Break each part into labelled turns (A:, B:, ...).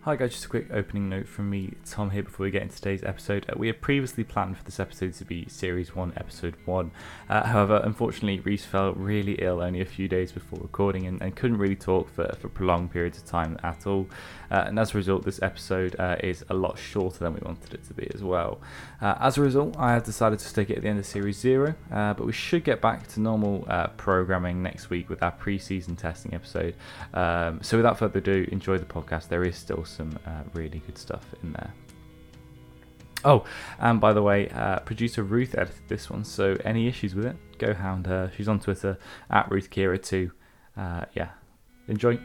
A: Hi guys, just a quick opening note from me, Tom here, before we get into today's episode. Uh, we had previously planned for this episode to be Series 1, Episode 1. Uh, however, unfortunately, Reese fell really ill only a few days before recording and, and couldn't really talk for, for prolonged periods of time at all. Uh, and as a result, this episode uh, is a lot shorter than we wanted it to be as well. Uh, as a result, I have decided to stick it at the end of Series 0, uh, but we should get back to normal uh, programming next week with our pre season testing episode. Um, so, without further ado, enjoy the podcast. There is still some uh, really good stuff in there. Oh, and by the way, uh, producer Ruth edited this one, so any issues with it, go hound her. She's on Twitter at RuthKira2. Uh, yeah, enjoy.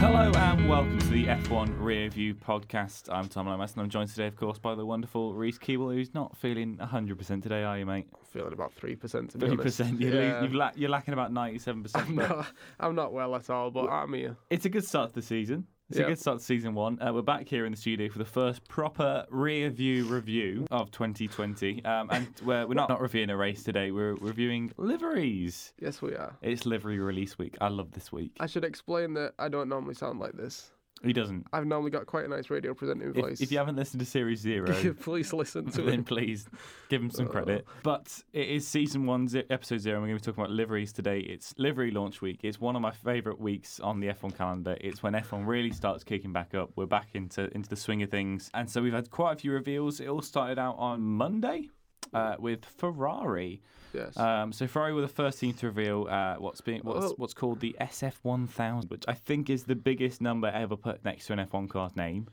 A: Hello and welcome to the F1 Rear View podcast. I'm Tom Lomas and I'm joined today, of course, by the wonderful Reese Keeble, who's not feeling 100% today, are you, mate?
B: feeling about three percent. to be
A: Three
B: honest.
A: percent. You're, lo-
B: Yeah.
A: you've la- you're lacking about ninety-seven percent.
B: I'm not, I'm not well at all, but I'm here.
A: It's a good start to the season. It's a
B: Yeah.
A: good start to season one. Uh, we're back here in the studio for the first proper rear view review of 2020, um, and we're, we're not, not reviewing a race today. We're reviewing liveries.
B: Yes, we are.
A: It's livery release week. I love this week.
B: I should explain that I don't normally sound like this.
A: He doesn't.
B: I've normally got quite a nice radio presenting voice.
A: If, if you haven't listened to Series Zero,
B: please listen to
A: then
B: it.
A: please give him some credit. But it is season one, ze- episode zero, and we're going to be talking about liveries today. It's livery launch week. It's one of my favourite weeks on the F1 calendar. It's when F1 really starts kicking back up. We're back into into the swing of things, and so we've had quite a few reveals. It all started out on Monday. Uh, with Ferrari,
B: Yes.
A: um, so Ferrari were the first team to reveal uh, what's being what's
B: Oh.
A: what's called the SF1000, which I think is the biggest number ever put next to an F1 car's name.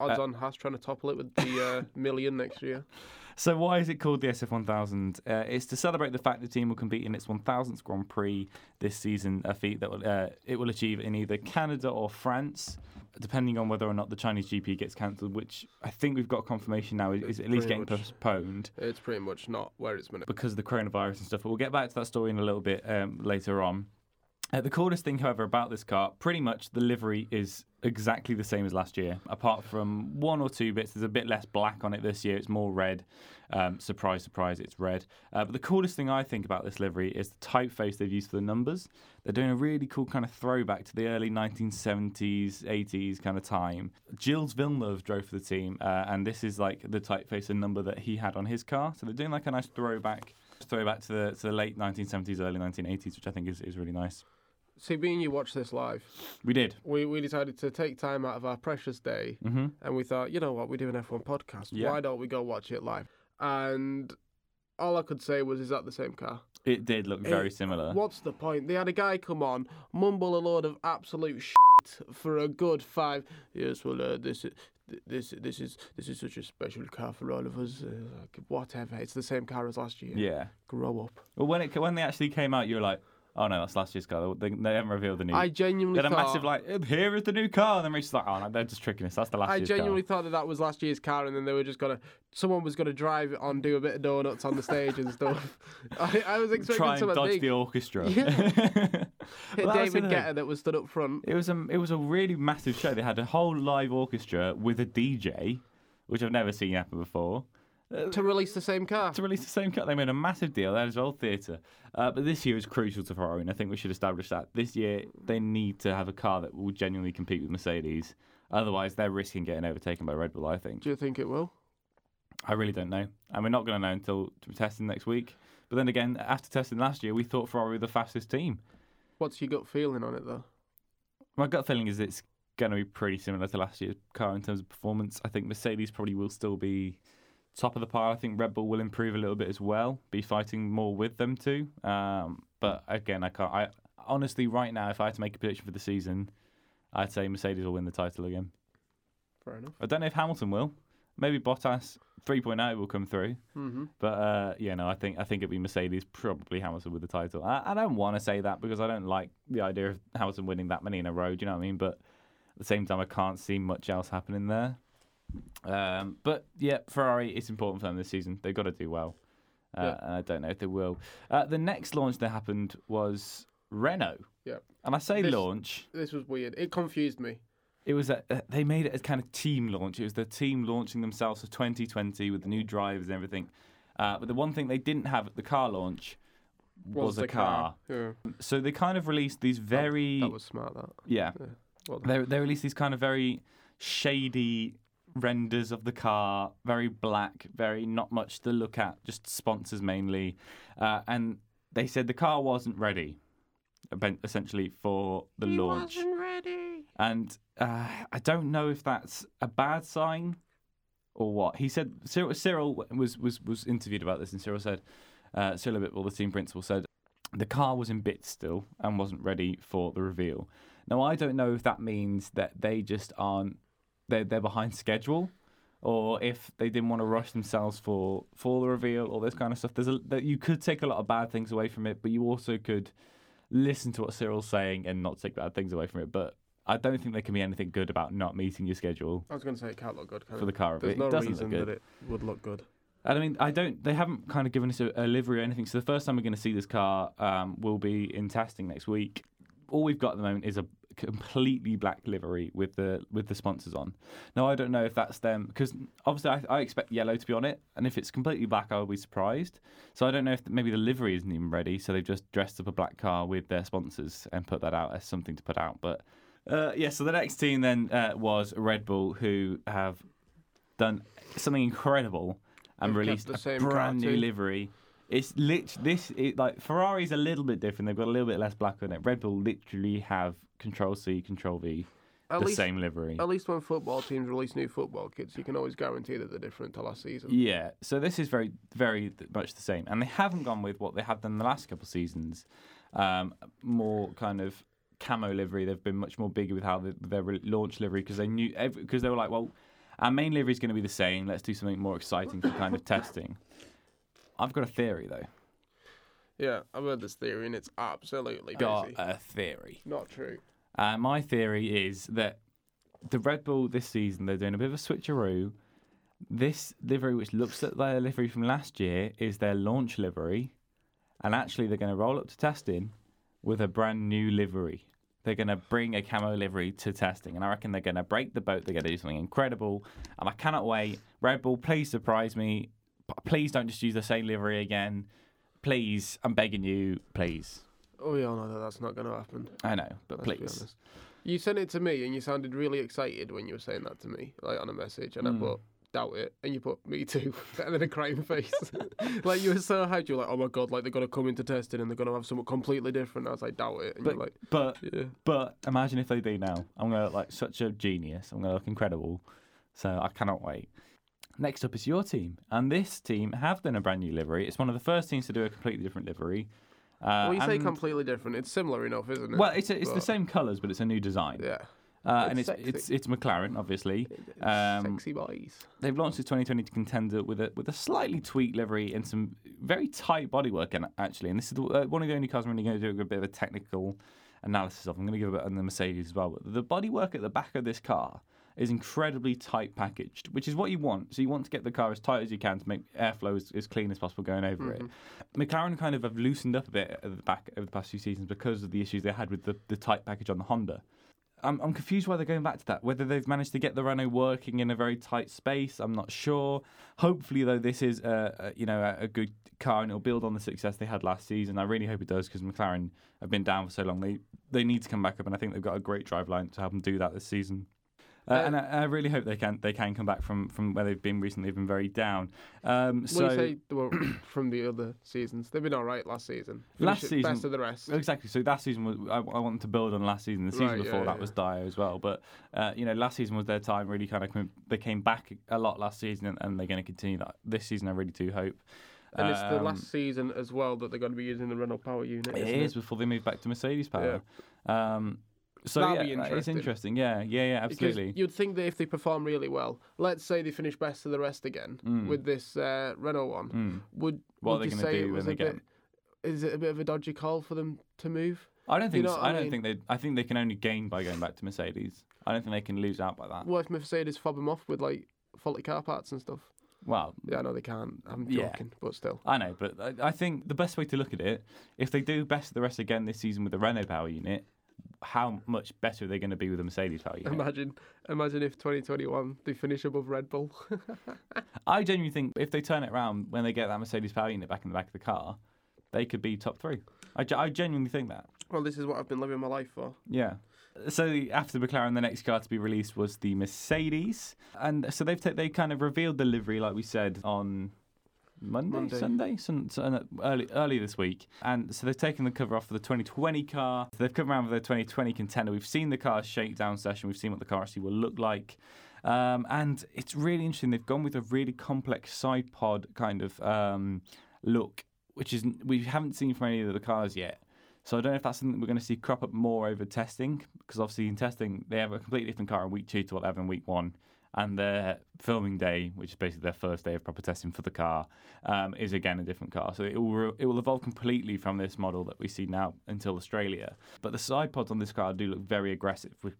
B: Odds
A: uh,
B: on Haas trying to topple it with the uh, million next year.
A: So why is it called the SF1000? Uh, it's to celebrate the fact the team will compete in its 1000th Grand Prix this season, a feat that will, uh, it will achieve in either Canada or France, depending on whether or not the Chinese GP gets cancelled, which I think we've got confirmation now is, is at least getting
B: Pretty much.
A: postponed
B: It's pretty much not where it's been.
A: because of the coronavirus and stuff. But we'll get back to that story in a little bit um, later on. Uh, the coolest thing, however, about this car, pretty much the livery is exactly the same as last year, apart from one or two bits. There's a bit less black on it this year. It's more red. Um, surprise, surprise, it's red. Uh, but the coolest thing I think about this livery is the typeface they've used for the numbers. They're doing a really cool kind of throwback to the early 1970s, 80s kind of time. Gilles Villeneuve drove for the team, uh, and this is like the typeface and number that he had on his car. So they're doing like a nice throwback. Throwback to the to the late 1970s, early 1980s, which I think is, is really nice.
B: See, being you watch this live,
A: We did.
B: we, we decided to take time out of our precious day and we thought, you know what, we do an F1 podcast.
A: Mm-hmm. Yeah.
B: Why don't we go watch it live? And all I could say was, is that the same car?
A: It did look very
B: It-
A: similar.
B: What's the point? They had a guy come on, mumble a load of absolute shit for a good five. Yes, well, uh, this is. This this is this is such a special car for all of us. Uh, like, whatever, it's the same car as last year.
A: Yeah.
B: Grow up.
A: Well, when it when they actually came out, you were like, oh no, that's last year's car. They, they haven't revealed the new.
B: I
A: they
B: genuinely
A: had a
B: thought.
A: massive like, "Eh, here is the new car, and then Rachel's like, oh, no, they're just tricking us. That's the last
B: I
A: year's
B: genuinely
A: car.
B: thought that that was last year's car, and then they were just gonna. Someone was gonna drive it on, do a bit of donuts on the stage and stuff. I, I was expecting
A: Try and
B: something
A: dodge
B: big.
A: the eh? orchestra.
B: Yeah.
A: Well, that was the
B: David
A: thing.
B: Guetta that was stood up front.
A: It was a it was a really massive show. They had a whole live orchestra with a DJ, which I've never seen happen before.
B: to release the same car.
A: Uh, to release the same cut. They made a massive deal. That is old theatre. Uh, but this year is crucial to Ferrari, and I think we should establish that. This year, they need to have a car that will genuinely compete with Mercedes. Otherwise, they're risking getting overtaken by Red Bull, I think.
B: Do you think it will?
A: I really don't know. And we're not going to know until testing next week. But then again, after testing last year, we thought Ferrari were the fastest team.
B: What's your gut feeling on it though?
A: My gut feeling is it's going to be pretty similar to last year's car in terms of performance. I think Mercedes probably will still be top of the pile. I think Red Bull will improve a little bit as well, be fighting more with them too. Um, but again, I can't. I honestly, right now, if I had to make a prediction for the season, I'd say Mercedes will win the title again.
B: Fair enough.
A: I don't know if Hamilton will. Maybe Bottas 3.0 will come through.
B: Mm-hmm.
A: But uh, yeah, no, I think I think it'd be Mercedes, probably Hamilton with the title. I, I don't want to say that because I don't like the idea of Hamilton winning that many in a row. Do you know what I mean? But at the same time, I can't see much else happening there. Um, but yeah, Ferrari, it's important for them this season. They've got to do well. Uh,
B: Yeah.
A: And I don't know if they will. Uh, the next launch that happened was Renault.
B: Yeah.
A: And I say
B: This-
A: launch,
B: This was weird. It confused me.
A: it was a, uh, they made it a kind of team launch. It was the team launching themselves for 2020 with the new drivers and everything. Uh, but the one thing they didn't have at the car launch was, a car.
B: Yeah.
A: So they kind of released these very
B: That was smart. That.
A: yeah.
B: yeah. Well done.
A: They they released these kind of very shady renders of the car, very black, very not much to look at, just sponsors mainly, uh, and they said the car wasn't ready, aben- essentially for the launch.
B: ready.
A: And uh, I don't know if that's a bad sign or what. He said Cyril, Cyril was, was was interviewed about this, and Cyril said uh, Cyril Abitbol, the team principal, said the car was in bits still and wasn't ready for the reveal. Now I don't know if that means that they just aren't they're they're behind schedule. Or if they didn't want to rush themselves for for the reveal, all this kind of stuff. There's a that you could take a lot of bad things away from it, but you also could listen to what Cyril's saying and not take bad things away from it. But I don't think there can be anything good about not meeting your schedule
B: I was going to say it can't look good. Can
A: for
B: it?
A: the car reveal.
B: There's no
A: it doesn't
B: reason
A: look good.
B: that it would look good.
A: And I mean, I don't. They haven't kind of given us a, a livery or anything. So the first time we're going to see this car um, will be in testing next week. All we've got at the moment is a completely black livery with the with the sponsors on. Now I don't know if that's them because obviously I, I expect yellow to be on it, and if it's completely black, I'll be surprised. So I don't know if maybe the livery isn't even ready, so they've just dressed up a black car with their sponsors and put that out as something to put out. But uh, yeah, so the next team then uh, was Red Bull, who have done something incredible and
B: They've kept
A: released
B: the
A: a
B: same car
A: brand new
B: too.
A: livery. It's lit. This it, like Ferrari's a little bit different. They've got a little bit less black on it. Red Bull literally have Control C, Control V,
B: At
A: the
B: least,
A: same livery.
B: at least when football teams release new football kits, you can always guarantee that they're different to last season.
A: Yeah, so this is very, very th- much the same, and they haven't gone with what they have done the last couple of seasons. Um, more kind of camo livery. They've been much more bigger with how the, their re- launch livery because they knew because they were like, well, our main livery is going to be the same. Let's do something more exciting for kind of testing. I've got a theory though.
B: Yeah, I've heard this theory and it's absolutely
A: Got
B: crazy.
A: a theory.
B: Not true.
A: Uh, my theory is that the Red Bull this season they're doing a bit of a switcheroo. This livery, which looks at their livery from last year, is their launch livery, and actually they're going to roll up to testing with a brand new livery. They're going to bring a camo livery to testing, and I reckon they're going to break the boat. They're going to do something incredible, and I cannot wait. Red Bull, please surprise me. P- Please don't just use the same livery again. Please, I'm begging you, please.
B: Oh, yeah, no, that- that's not going to happen.
A: I know, but
B: Let's be
A: please.
B: honest. You sent it to me and you sounded really excited when you were saying that to me, like on a message, and
A: Hmm.
B: I put doubt it, and you put me too, and then a crying face. like you were so hyped, you were like, oh my god, like they're gonna come into testing and they're gonna have something completely different. I was like, doubt it, and
A: But,
B: you're like,
A: but
B: yeah.
A: But imagine if they do now. I'm gonna look like such a genius. I'm gonna look incredible. So I cannot wait. Next up is your team, and this team have done a brand new livery. It's one of the first teams to do a completely different livery. Uh,
B: Well, you say
A: and-
B: completely different. It's similar enough, isn't it?
A: well, it's, it's the
B: but-
A: same colours, but it's a new design,
B: Yeah.
A: uh, and
B: It's
A: it's
B: sexy.
A: it's it's McLaren, obviously. Um,
B: Sexy boys.
A: they've launched the 2020 contender with a with a slightly tweaked livery and some very tight bodywork in it, actually. And this is the, uh, one of the only cars I'm really going to do a bit of a technical analysis of. I'm going to give a bit on the Mercedes as well. But the bodywork at the back of this car is incredibly tight packaged, which is what you want. So you want to get the car as tight as you can to make airflow as, as clean as possible going over it. McLaren kind of have loosened up a bit at the back over the past few seasons because of the issues they had with the, the tight package on the Honda. I'm, I'm confused why they're going back to that. Whether they've managed to get the Renault working in a very tight space, I'm not sure. Hopefully, though, this is a, a you know a, a good car and it'll build on the success they had last season. I really hope it does because McLaren have been down for so long. They they need to come back up, and I think they've got a great drive line to help them do that this season. Uh,
B: Uh,
A: and I, I really hope they can they can come back from, from where they've been recently. They've been very down. Um, so
B: well, you say they were from the other seasons. They've been all right last season.
A: Last
B: Finished best
A: season-
B: of the rest.
A: Exactly. So last season was I, I wanted to build on last season. The season
B: Right, yeah,
A: before that
B: yeah.
A: was dire as well. But uh, you know, last season was their time. Really, kind of com- they came back a lot last season, and, and they're going to continue that this season. I really do hope.
B: And it's the
A: Um,
B: last season as well that they're going to be using the Renault Power Unit.
A: It
B: isn't
A: is before they move back to Mercedes power. Um, so
B: That'll
A: yeah,
B: be
A: it's
B: interesting.
A: interesting. Yeah, yeah, yeah.
B: Because
A: Absolutely.
B: you'd think that if they perform really well, let's say they finish best of the rest again with this uh, Renault one,
A: Mm.
B: would
A: What are they
B: would you
A: gonna
B: say
A: do
B: it
A: when
B: was
A: they
B: a
A: get-
B: bit? Is it a bit of a dodgy call for them to move?
A: I don't think.
B: know
A: so-
B: what
A: I,
B: I
A: don't
B: mean?
A: think they. I think they can only gain by going back to Mercedes. I don't think they can lose out by that.
B: What if Mercedes fob them off with like faulty car parts and stuff?
A: Well,
B: Yeah, I know they can't. I'm joking,
A: Yeah.
B: but still.
A: I know, but I, I think the best way to look at it, if they do best of the rest again this season with the Renault power unit, how much better are they going to be with the Mercedes power unit?
B: Imagine, imagine if 2021 they finish above Red Bull.
A: I genuinely think if they turn it around when they get that Mercedes power unit back in the back of the car, they could be top three. I, ge- I genuinely think that.
B: Well, this is what I've been living my life for.
A: Yeah. So the- after McLaren, the next car to be released was the Mercedes, and so they've ta- they kind of revealed the livery, like we said on Monday,
B: Monday.
A: Sunday, sun, sun, early early this week, and so they've taken the cover off for the 2020 car. They've come around with their 2020 contender. We've seen the car shakedown session. We've seen what the car actually will look like. Um, and it's really interesting. They've gone with a really complex side pod kind of um, look, which is we haven't seen from any of the cars yet. So I don't know if that's something we're going to see crop up more over testing, because obviously in testing they have a completely different car in week two to what they have in week one, and their filming day, which is basically their first day of proper testing for the car, um, is again a different car. So it will re- it will evolve completely from this model that we see now until Australia. But the side pods on this car do look very aggressive. whi-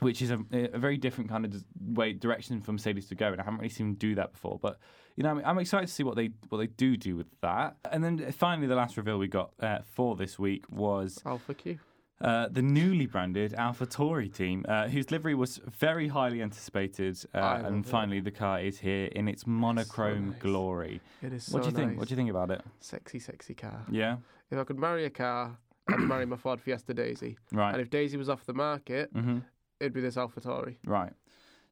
A: Which is a, a very different kind of dis- way direction for Mercedes to go, and I haven't really seen them do that before. But you know, I'm, I'm excited to see what they what they do do with that. And then uh, finally, the last reveal we got uh, for this week was
B: Alpha Q.
A: uh, the newly branded AlphaTauri team, uh, whose livery was very highly anticipated,
B: I
A: uh,
B: love
A: and
B: it.
A: finally the car is here in its monochrome
B: nice.
A: glory.
B: It is so
A: what do you
B: nice.
A: think? What do you think about it?
B: Sexy, sexy car.
A: Yeah,
B: If I could marry a car, I'd marry my Ford Fiesta Daisy. And
A: right,
B: if Daisy was off the market,
A: hmm
B: it'd be this Alpha Tauri.
A: right.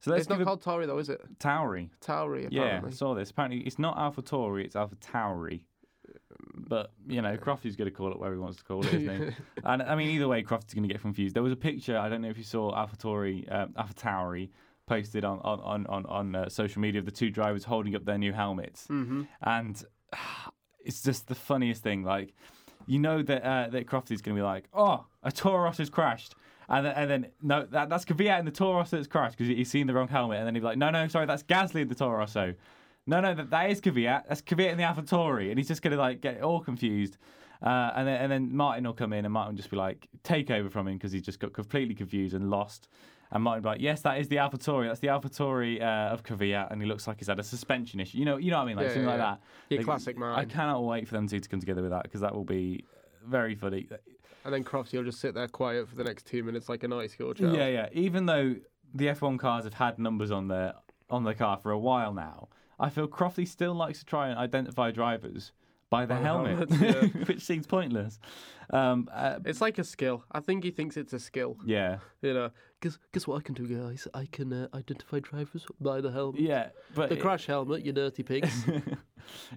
A: So let's
B: it's not
A: give
B: called Tauri though, is it?
A: a Tauri.
B: Tauri,
A: Yeah, I
B: apparently.
A: saw this. Apparently, it's not AlphaTauri; it's AlphaTauri. But you know, Crofty's going to call it where he wants to call it, isn't he? And I mean, either way, Crofty's going to get confused. There was a picture. I don't know if you saw AlphaTauri, um, AlphaTauri posted on on on on, on uh, social media of the two drivers holding up their new helmets,
B: mm-hmm.
A: and it's just the funniest thing. Like, you know that uh, that Crofty's going to be like, "Oh, a Toros has crashed." And then, and then no, that, that's Kvyat in the Toros that's crashed because he's seen the wrong helmet. And then he'd be like, no, no, sorry, that's Gasly in the Torosso. No, no, that, that is Kvyat. That's Kvyat in the AlphaTauri. And he's just going to like get all confused. Uh, and then and then Martin will come in and Martin will just be like, take over from him because he's just got completely confused and lost. And Martin will be like, yes, that is the AlphaTauri. That's the AlphaTauri uh, of Kvyat. And he looks like he's had a suspension issue. You know, you know what I mean? Like
B: Yeah,
A: something
B: yeah,
A: like
B: yeah.
A: that.
B: Your
A: Like,
B: classic
A: I
B: Martin.
A: cannot wait for them two to come together with that because that will be very funny.
B: And then Crofty will just sit there quiet for the next two minutes like a nice school
A: Yeah,
B: child.
A: yeah. Even though the F1 cars have had numbers on their on their car for a while now, I feel Crofty still likes to try and identify drivers by the
B: By the
A: helmet,
B: helmets,
A: which seems pointless. Um, uh,
B: It's like a skill. I think he thinks it's a skill.
A: yeah,
B: You know, guess, guess what I can do, guys? I can uh, identify drivers by the helmet.
A: yeah. But
B: The
A: it-
B: crash helmet, you dirty pigs.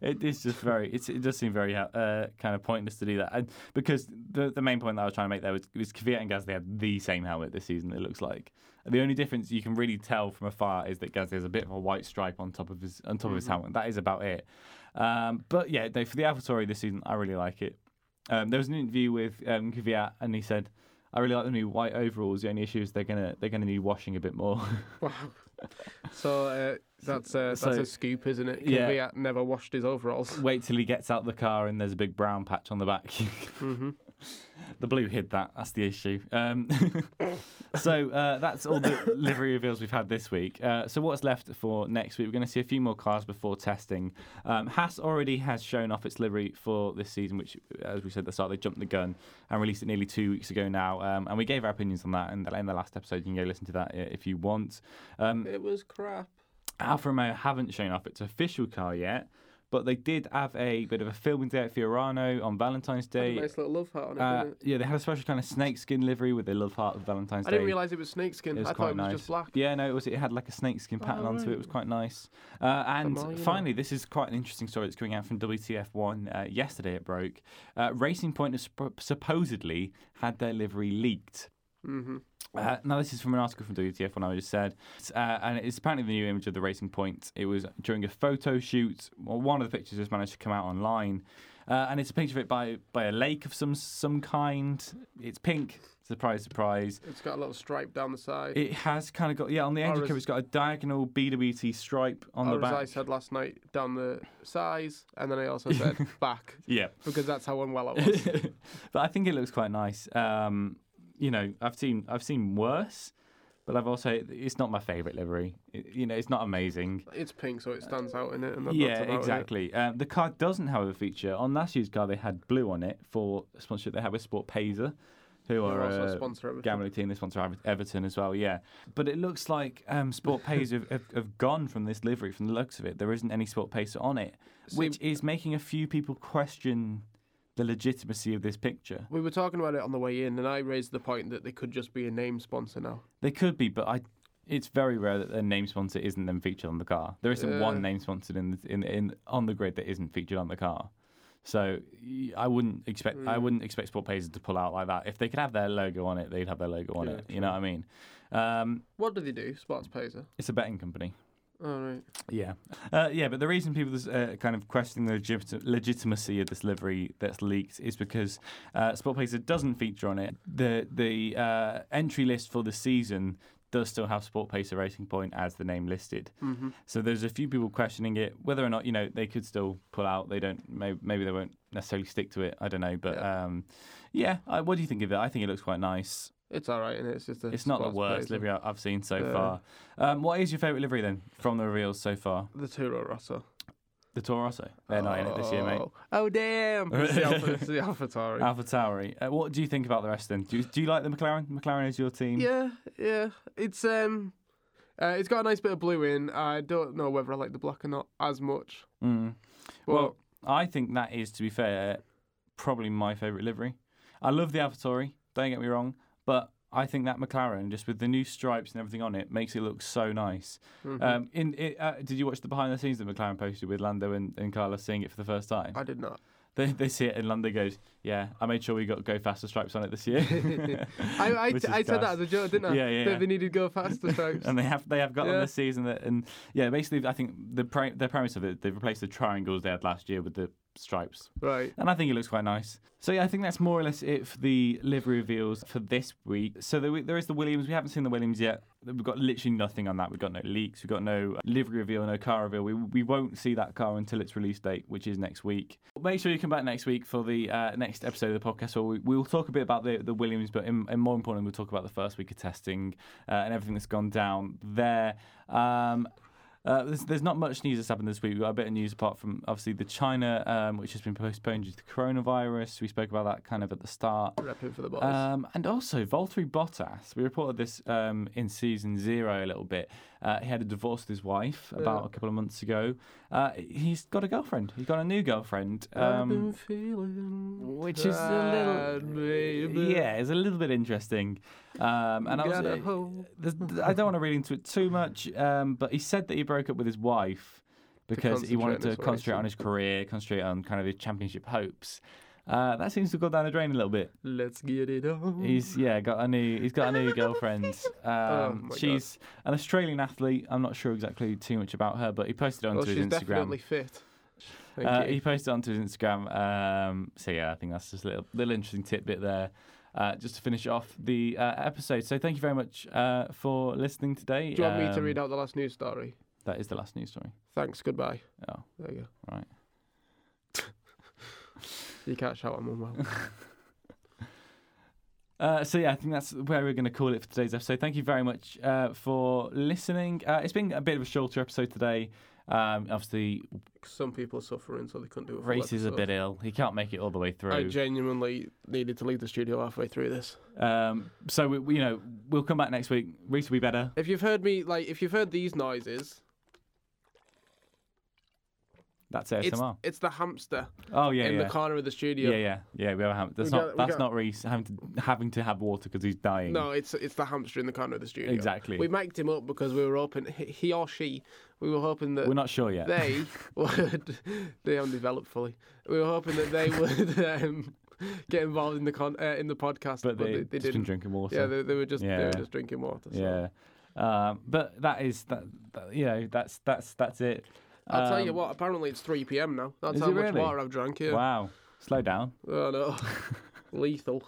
A: it is just very. It's, it does seem very uh, kind of pointless to do that, and because the the main point that I was trying to make there was, was Kvyat and Gasly had the same helmet this season. It looks like the only difference you can really tell from afar is that Gasly has a bit of a white stripe on top of his on top of his helmet. That is about it. Um, but yeah, no, for the AlphaTauri this season, I really like it. Um, there was an interview with um, Kvyat, and he said. I really like the new white overalls. The only issue is they're gonna they're gonna need washing a bit more.
B: wow. So uh, that's, uh, that's
A: So-
B: a scoop, isn't it?
A: Yeah.
B: Kvyat never washed his overalls.
A: Wait till he gets out the car and there's a big brown patch on the back.
B: hmm
A: The blue hid that. That's the issue. Um, so uh, that's all the livery reveals we've had this week. Uh, so what's left for next week? We're going to see a few more cars before testing. Um, Haas already has shown off its livery for this season, which, as we said at the start, they jumped the gun and released it nearly two weeks ago now. Um, and we gave our opinions on that in the, in the last episode. You can go listen to that uh, if you want. Um,
B: It was crap.
A: Alfa Romeo haven't shown off its official car yet, but they did have a bit of a filming day at Fiorano on Valentine's
B: Had a
A: Day.
B: nice little love heart on it,
A: Uh,
B: didn't it?
A: yeah, they had a special kind of snakeskin livery with their love heart of Valentine's
B: I
A: Day.
B: didn't realise it was snakeskin.
A: It was
B: I thought
A: quite
B: it was
A: nice.
B: just black.
A: Yeah, no, it was. It had like a snakeskin pattern
B: Oh,
A: onto it. It
B: right.
A: was quite nice. Uh, and
B: more you know.
A: finally, this is quite an interesting story that's coming out from WTF1. Uh, yesterday, it broke. Uh, Racing Point has sp- supposedly had their livery leaked.
B: Mm-hmm.
A: Uh, now, this is from an article from WTF, one I just said, uh, and it's apparently the new image of the Racing Point. It was during a photo shoot. Well, one of the pictures has managed to come out online, uh, and it's a picture of it by by a lake of some some kind. It's pink. Surprise, surprise.
B: It's got a little stripe down the side.
A: It has kind of got yeah on the end of
B: Or as-
A: it. It's got a diagonal BWT stripe on the
B: or as I
A: back.
B: said last night, down the size, and then I also said back
A: Yeah,
B: because that's how unwell I was.
A: but I think it looks quite nice. Um, you know, I've seen I've seen worse, but I've also it's not my favourite livery. It- you know, it's not amazing.
B: it's pink, so it stands out in it. And that's
A: yeah,
B: about it.
A: exactly. Um, the car doesn't, however, feature on last year's car. They had blue on it for a sponsorship. They had with Sport Payzer, who
B: They're
A: are
B: also a
A: uh,
B: sponsor of it.
A: gambling team. They sponsor Ever- Everton as well. Yeah, but it looks like um, Sport Payzer have, have, have gone from this livery. From the looks of it, there isn't any Sport Payzer on it,
B: See-
A: which is making a few people question the legitimacy of this picture.
B: We were talking about it on the way in, and I raised the point that they could just be a name sponsor now.
A: They could be, but I. It's very rare that their name sponsor isn't then featured on the car. There isn't
B: Yeah.
A: one name sponsored in, in in on the grid that isn't featured on the car. So y- I wouldn't expect
B: Hmm.
A: I wouldn't expect Sport Pairs to pull out like that. If they could have their logo on it, they'd have their logo on
B: Yeah,
A: it. You know what I mean? Um,
B: What do they do? Sports Payzer.
A: it's a betting company.
B: All right.
A: Yeah, uh, yeah, but the reason people are uh, kind of questioning the legit- legitimacy of this livery that's leaked is because uh, Sportpacer doesn't feature on it. The the uh, entry list for the season does still have Sportpacer Racing Point as the name listed.
B: Mm-hmm.
A: So there's a few people questioning it, whether or not you know they could still pull out. They don't. Maybe, maybe they won't necessarily stick to it. I don't know, but yeah, um, yeah. I, what do you think of it? I think it looks quite nice.
B: It's all right, and it's just a.
A: It's not the
B: Sports
A: worst
B: Paiza.
A: livery I- I've seen so
B: Yeah.
A: far. Um, what is your favourite livery then from the reveals so far?
B: The Toro Rosso.
A: The Toro Rosso. They're not in it this year, mate.
B: Oh, oh damn! It's the Alpha, it's the Alpha Tauri.
A: Alpha Tauri. Uh, what do you think about the rest then? Do you, do you like the McLaren? McLaren is your team?
B: Yeah, yeah. It's um, uh, it's got a nice bit of blue in. I don't know whether I like the black or not as much.
A: Mm.
B: But
A: Well, I think that is, to be fair, probably my favourite livery. I love the Alpha Tauri, don't get me wrong, but I think that McLaren, just with the new stripes and everything on it, makes it look so nice.
B: Mm-hmm.
A: Um, in it, uh, Did you watch the behind the scenes that McLaren posted with Lando and, and Carlos seeing it for the first time?
B: I did not.
A: They, they see it and Lando goes, Yeah, I made sure we got Go Faster stripes on it this year.
B: I I,
A: Which is
B: I
A: gas.
B: said that as a joke, didn't I?
A: Yeah, yeah,
B: That
A: yeah.
B: They needed go faster strokes.
A: and they have they have got
B: Yeah.
A: them this season that, and yeah basically I think the pre- their premise of it they replaced the triangles they had last year with the stripes
B: right.
A: and I think it looks quite nice so yeah I think that's more or less it for the livery reveals for this week so there, there is the Williams we haven't seen the Williams yet we've got literally nothing on that we've got no leaks we've got no uh, livery reveal no car reveal we, we won't see that car until its release date which is next week make sure you come back next week for the uh, next episode of the podcast where we, we'll talk a bit about the, the Williams but in, and more importantly we'll talk about the first week of testing uh, and everything that's gone down there. Um, uh, there's, there's not much news that's happened this week. We've got a bit of news apart from obviously the China, um, which has been postponed due to the coronavirus. We spoke about that kind of at the start.
B: Repping for the boys.
A: Um, and also, Valtteri Bottas. We reported this um, in season zero a little bit. Uh, he had a divorce with his wife about a couple of months ago. Uh, he's got a girlfriend. He's got a new girlfriend.
B: I've
A: Um,
B: been feeling
A: which is a little,
B: bad, baby.
A: yeah, it's a little bit interesting. Um, and I was,
B: Gotta hold
A: there's- I don't want to read into it too much, um, but he said that he broke up with his wife because he
B: concentrate
A: wanted
B: on
A: to
B: his
A: concentrate on his career, concentrate on kind of his championship hopes. Uh, that seems to have gone down the drain a little bit.
B: Let's get it on.
A: He's yeah got a new he's got a new girlfriend. Um,
B: Oh my God.
A: she's an Australian athlete. I'm not sure exactly too much about her, but he posted it onto
B: well,
A: his
B: she's
A: Instagram.
B: definitely fit. Thank
A: Uh,
B: you.
A: he posted onto his Instagram. Um, so yeah, I think that's just a little, little interesting tidbit there. Uh, just to finish off the uh, episode. So thank you very much uh, for listening today.
B: Do you want me to
A: Um,
B: read out the last news story?
A: That is the last news story.
B: Thanks. Goodbye.
A: Oh,
B: There you go.
A: Right.
B: you can't shout. I'm unwell.
A: Uh, so yeah, I think that's where we're going to call it for today's episode. Thank you very much uh, for listening. Uh, it's been a bit of a shorter episode today. Um, obviously,
B: Some people are suffering, so they couldn't do it.
A: Race is a bit
B: In.
A: ill. He can't make it all the way through.
B: I genuinely needed to leave the studio halfway through this.
A: um, so we, we- you know, we'll come back next week. Reese will be better.
B: If you've heard me, like, if you've heard these noises,
A: That's
B: it's,
A: ASMR.
B: it's the hamster
A: Oh yeah,
B: in
A: yeah.
B: the corner of the
A: yeah,
B: studio.
A: yeah, yeah. We have a ham- that's
B: We
A: not
B: got- we
A: that's
B: got-
A: not Reese having to having to have water because he's dying.
B: No, it's it's the hamster in the corner of the studio.
A: exactly.
B: We mic'd him up because we were hoping he- he or she. We were hoping that
A: We're not sure yet.
B: they would. They haven't developed fully. We were hoping that they would um, get involved in the con- uh, in the podcast,
A: but they,
B: they
A: just been
B: didn't.
A: drinking water.
B: Yeah, they, they were just they
A: Yeah.
B: were just drinking water. So.
A: yeah. Um, but that is that, that. You know, that's that's that's it.
B: I'll tell you
A: Um,
B: what. Apparently, it's three p.m. now. That's
A: is
B: how
A: it
B: much
A: really?
B: water I've drank. Yeah.
A: Wow. Slow down.
B: Oh no. Lethal.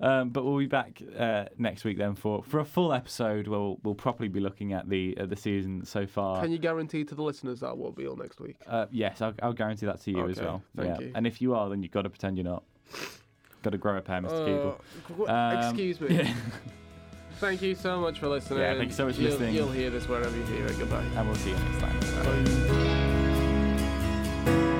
A: Um, but we'll be back uh, next week then for, for a full episode where we'll, we'll properly be looking at the at the season so far.
B: Can you guarantee to the listeners that I won't be ill next week?
A: Uh, yes, I'll, I'll guarantee that to you as
B: Okay,
A: well.
B: thank
A: yeah.
B: you.
A: And if you are, then you've got to pretend you're not. got to grow a pair, Mr. Keeble.
B: Uh,
A: Um,
B: excuse me.
A: yeah.
B: Thank you so much for listening.
A: Yeah, thank you so much for
B: You'll-
A: listening.
B: You'll hear this wherever you hear it. Goodbye.
A: And we'll see you next time.
B: Bye.